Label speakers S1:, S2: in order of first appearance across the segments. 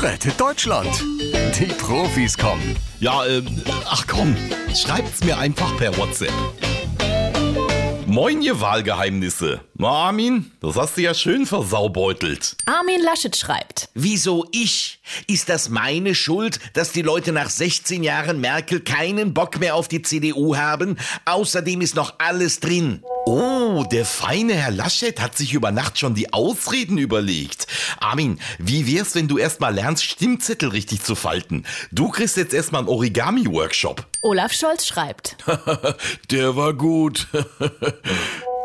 S1: rettet Deutschland. Die Profis kommen.
S2: Ja, ähm, ach komm, schreibt's mir einfach per WhatsApp. Moin, ihr Wahlgeheimnisse. Na, Armin, das hast du ja schön versaubeutelt.
S3: Armin Laschet schreibt.
S4: Wieso ich? Ist das meine Schuld, dass die Leute nach 16 Jahren Merkel keinen Bock mehr auf die CDU haben? Außerdem ist noch alles drin.
S2: Oh, der feine Herr Laschet hat sich über Nacht schon die Ausreden überlegt. Armin, wie wär's, wenn du erstmal lernst, Stimmzettel richtig zu falten? Du kriegst jetzt erstmal einen Origami-Workshop.
S3: Olaf Scholz schreibt.
S2: Der war gut.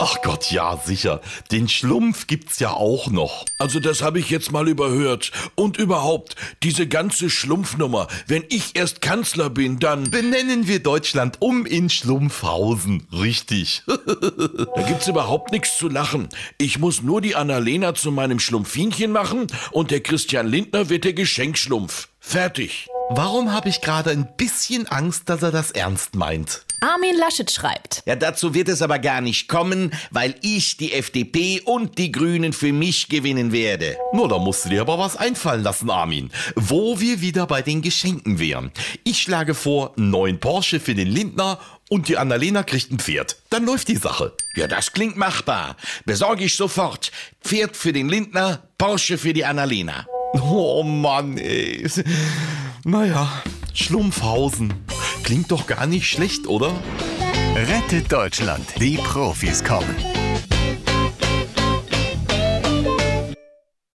S2: Ach Gott, ja, sicher. Den Schlumpf gibt's ja auch noch.
S5: Also das habe ich jetzt mal überhört. Und überhaupt, diese ganze Schlumpfnummer. Wenn ich erst Kanzler bin, dann...
S2: Benennen wir Deutschland um in Schlumpfhausen. Richtig.
S5: Da gibt's überhaupt nichts zu lachen. Ich muss nur die Annalena zu meinem Schlumpfinchen machen und der Christian Lindner wird der Geschenkschlumpf. Fertig.
S2: Warum habe ich gerade ein bisschen Angst, dass er das ernst meint?
S3: Armin Laschet schreibt.
S4: Ja, dazu wird es aber gar nicht kommen, weil ich die FDP und die Grünen für mich gewinnen werde.
S2: Nur da musst du dir aber was einfallen lassen, Armin. Wo wir wieder bei den Geschenken wären. Ich schlage vor, einen neuen Porsche für den Lindner und die Annalena kriegt ein Pferd. Dann läuft die Sache.
S4: Ja, das klingt machbar. Besorge ich sofort. Pferd für den Lindner, Porsche für die Annalena.
S2: Oh Mann, ey. Naja, Schlumpfhausen. Klingt doch gar nicht schlecht, oder?
S1: Rettet Deutschland. Die Profis kommen.